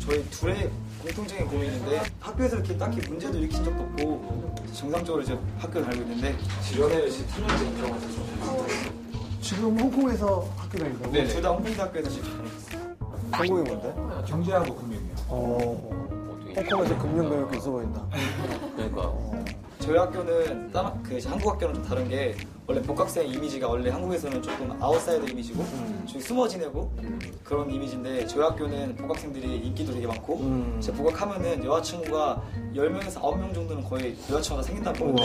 저희 둘의 공통적인 고민인데 학교에서 이렇게 딱히 문제도 일으킨 적도 없고 정상적으로 이제 학교 다니고 있는데 지연을 지금 3년째 들어가서 지금 홍콩에서 학교 다닌다고? 네, 둘다 홍콩대 학교에서 지금 다니고 있어요. 홍콩이 뭔데? 경제하고 금융이요. 어, 어떻게 홍콩에서 금융교육 있어 보인다. 그러니까 저희 학교는 다른 그 이제 한국 학교랑 좀 다른 게 원래 복학생 이미지가 원래 한국에서는 조금 아웃사이더 이미지고 좀 숨어 지내고 그런 이미지인데 저희 학교는 복학생들이 인기도 되게 많고 음. 제 복학하면은 여자친구가 10명에서 9명 정도는 거의 여자친구가 생긴다고 보는데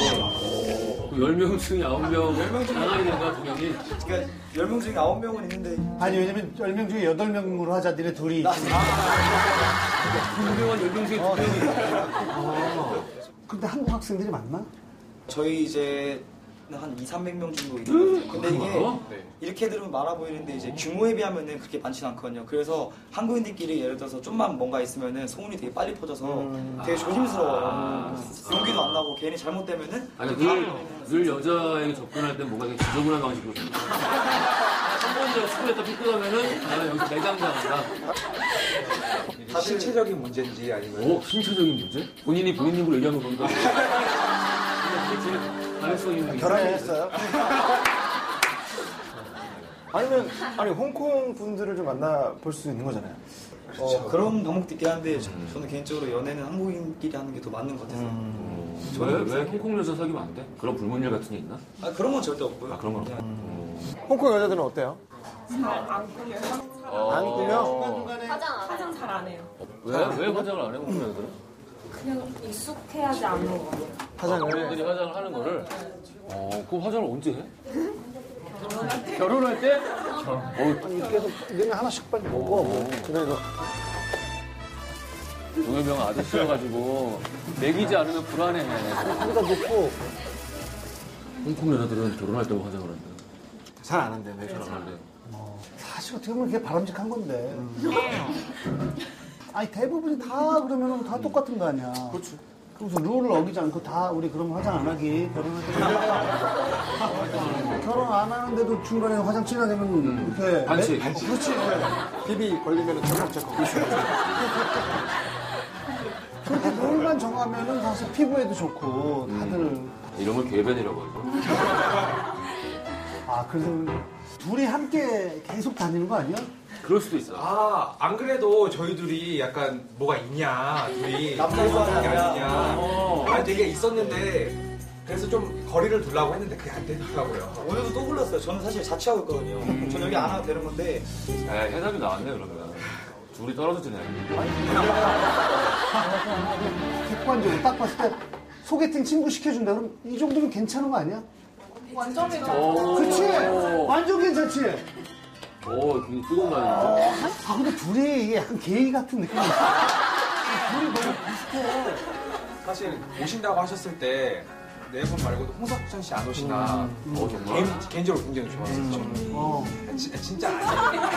10명 중에 9명 장난이 된다 분명히 그러니까 10명 중에 9명은 있는데 아니, 왜냐면 10명 중에 8명으로 하자, 니네 둘이. 나 분명한 10명 중에 어. 2명이 근데 한국 학생들이 많나? 저희 이제 한 2, 300명 정도 있는 것 같아요. 근데 이게 이렇게 들으면 많아 보이는데 이제 규모에 비하면은 그렇게 많진 않거든요. 그래서 한국인들끼리 예를 들어서 좀만 뭔가 있으면은 소문이 되게 빨리 퍼져서 되게 조심스러워요. 음, 용기도 안 나고 괜히 잘못되면은 아니 늘, 늘 여자에게 접근할 때 뭔가 이렇게 지저분한 방식으로 한번 제가 스쿨에다 삐끗하면은 나는 여기서 매장당한다 이게 신체적인 문제인지 아니면 오 신체적인 문제? 본인이 본인 입으로 얘기하는 건가? 근데 그게 제일 가능성이 있는 게 결혼했어요? 아니면 아니 홍콩 분들을 좀 만나 볼 수 있는 거잖아요. 어, 그런 방법도 있긴 한데 저- 저는 개인적으로 연애는 한국인끼리 하는 게 더 맞는 것 같아서 왜, 왜 홍콩 여자 사귀면 안 돼? 그런 불문율 같은 게 있나? 아, 그런 건 절대 없고요. 아, 그런 건 그냥 홍콩 여자들은 어때요? 안 꾸며? 화장 안 화장 잘 안 해요. 왜, 왜 화장을 안 해? 홍콩 여자들은? 그냥 익숙해하지 않는 것 같아요. 화장을 여자들이 화장을 하는 거를 어, 그 화장을 언제 해? 결혼할 때? 어. 계속 너는 하나씩 빨리 먹어. 뭐. 그냥 이거 동해병 아저씨여가지고 먹이지 않으면 불안해. 거기다 놓고 홍콩 여자들은 결혼할 때 화장을 한다. 잘 안 한대 내 결혼. 결혼할 때. 사실 어떻게 보면 그게 바람직한 건데. 아니, 대부분이 다 그러면 다 똑같은 거 아니야. 그렇죠. 그래서 룰을 어기지 않고 다 우리 그럼 화장 안 하기, 결혼하기. 결혼 안 하는데도 중간에 화장 진하되면 이렇게. 어, 반칙. 그렇지. 비비 걸리면 적극적으로. 그렇게 룰만 정하면은 사실 피부에도 좋고, 다들. 이런 걸 괴변이라고 하죠. 아, 그래서 둘이 함께 계속 다니는 거 아니야? 그럴 수도 있어. 아, 안 그래도 저희 둘이 약간 뭐가 있냐, 둘이. 남자인 거 그런 게 아니야. 아니냐. 아니, 되게 있었는데, 그래서 좀 거리를 두려고 했는데 그게 안 되더라고요. 오늘도 또 불렀어요. 저는 사실 자취하고 있거든요. 저는 여기 안 와도 되는 건데 야, 해답이 나왔네, 그러면. 둘이 떨어져 지내야 객관적으로 딱 봤을 때 소개팅 친구 시켜준다 그럼 이 정도면 괜찮은 거 아니야? 완전 괜 그치? 완전 괜찮지? 오, 굉장히 뜨거운 거 아니야? 아 근데 둘이 이게 약간 게이 같은 느낌이 있어 둘이 너무 비슷해 사실 오신다고 하셨을 때, 네 분 말고도 홍석천 씨 안 오시나. 어, 정말? 개인, 개인적으로 굉장히 좋아했었죠. 어. 진- 진짜 아니에요.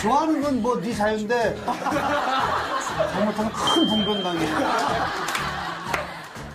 좋아하는 건 뭐 네 자유인데 잘못하면 큰 분변 당해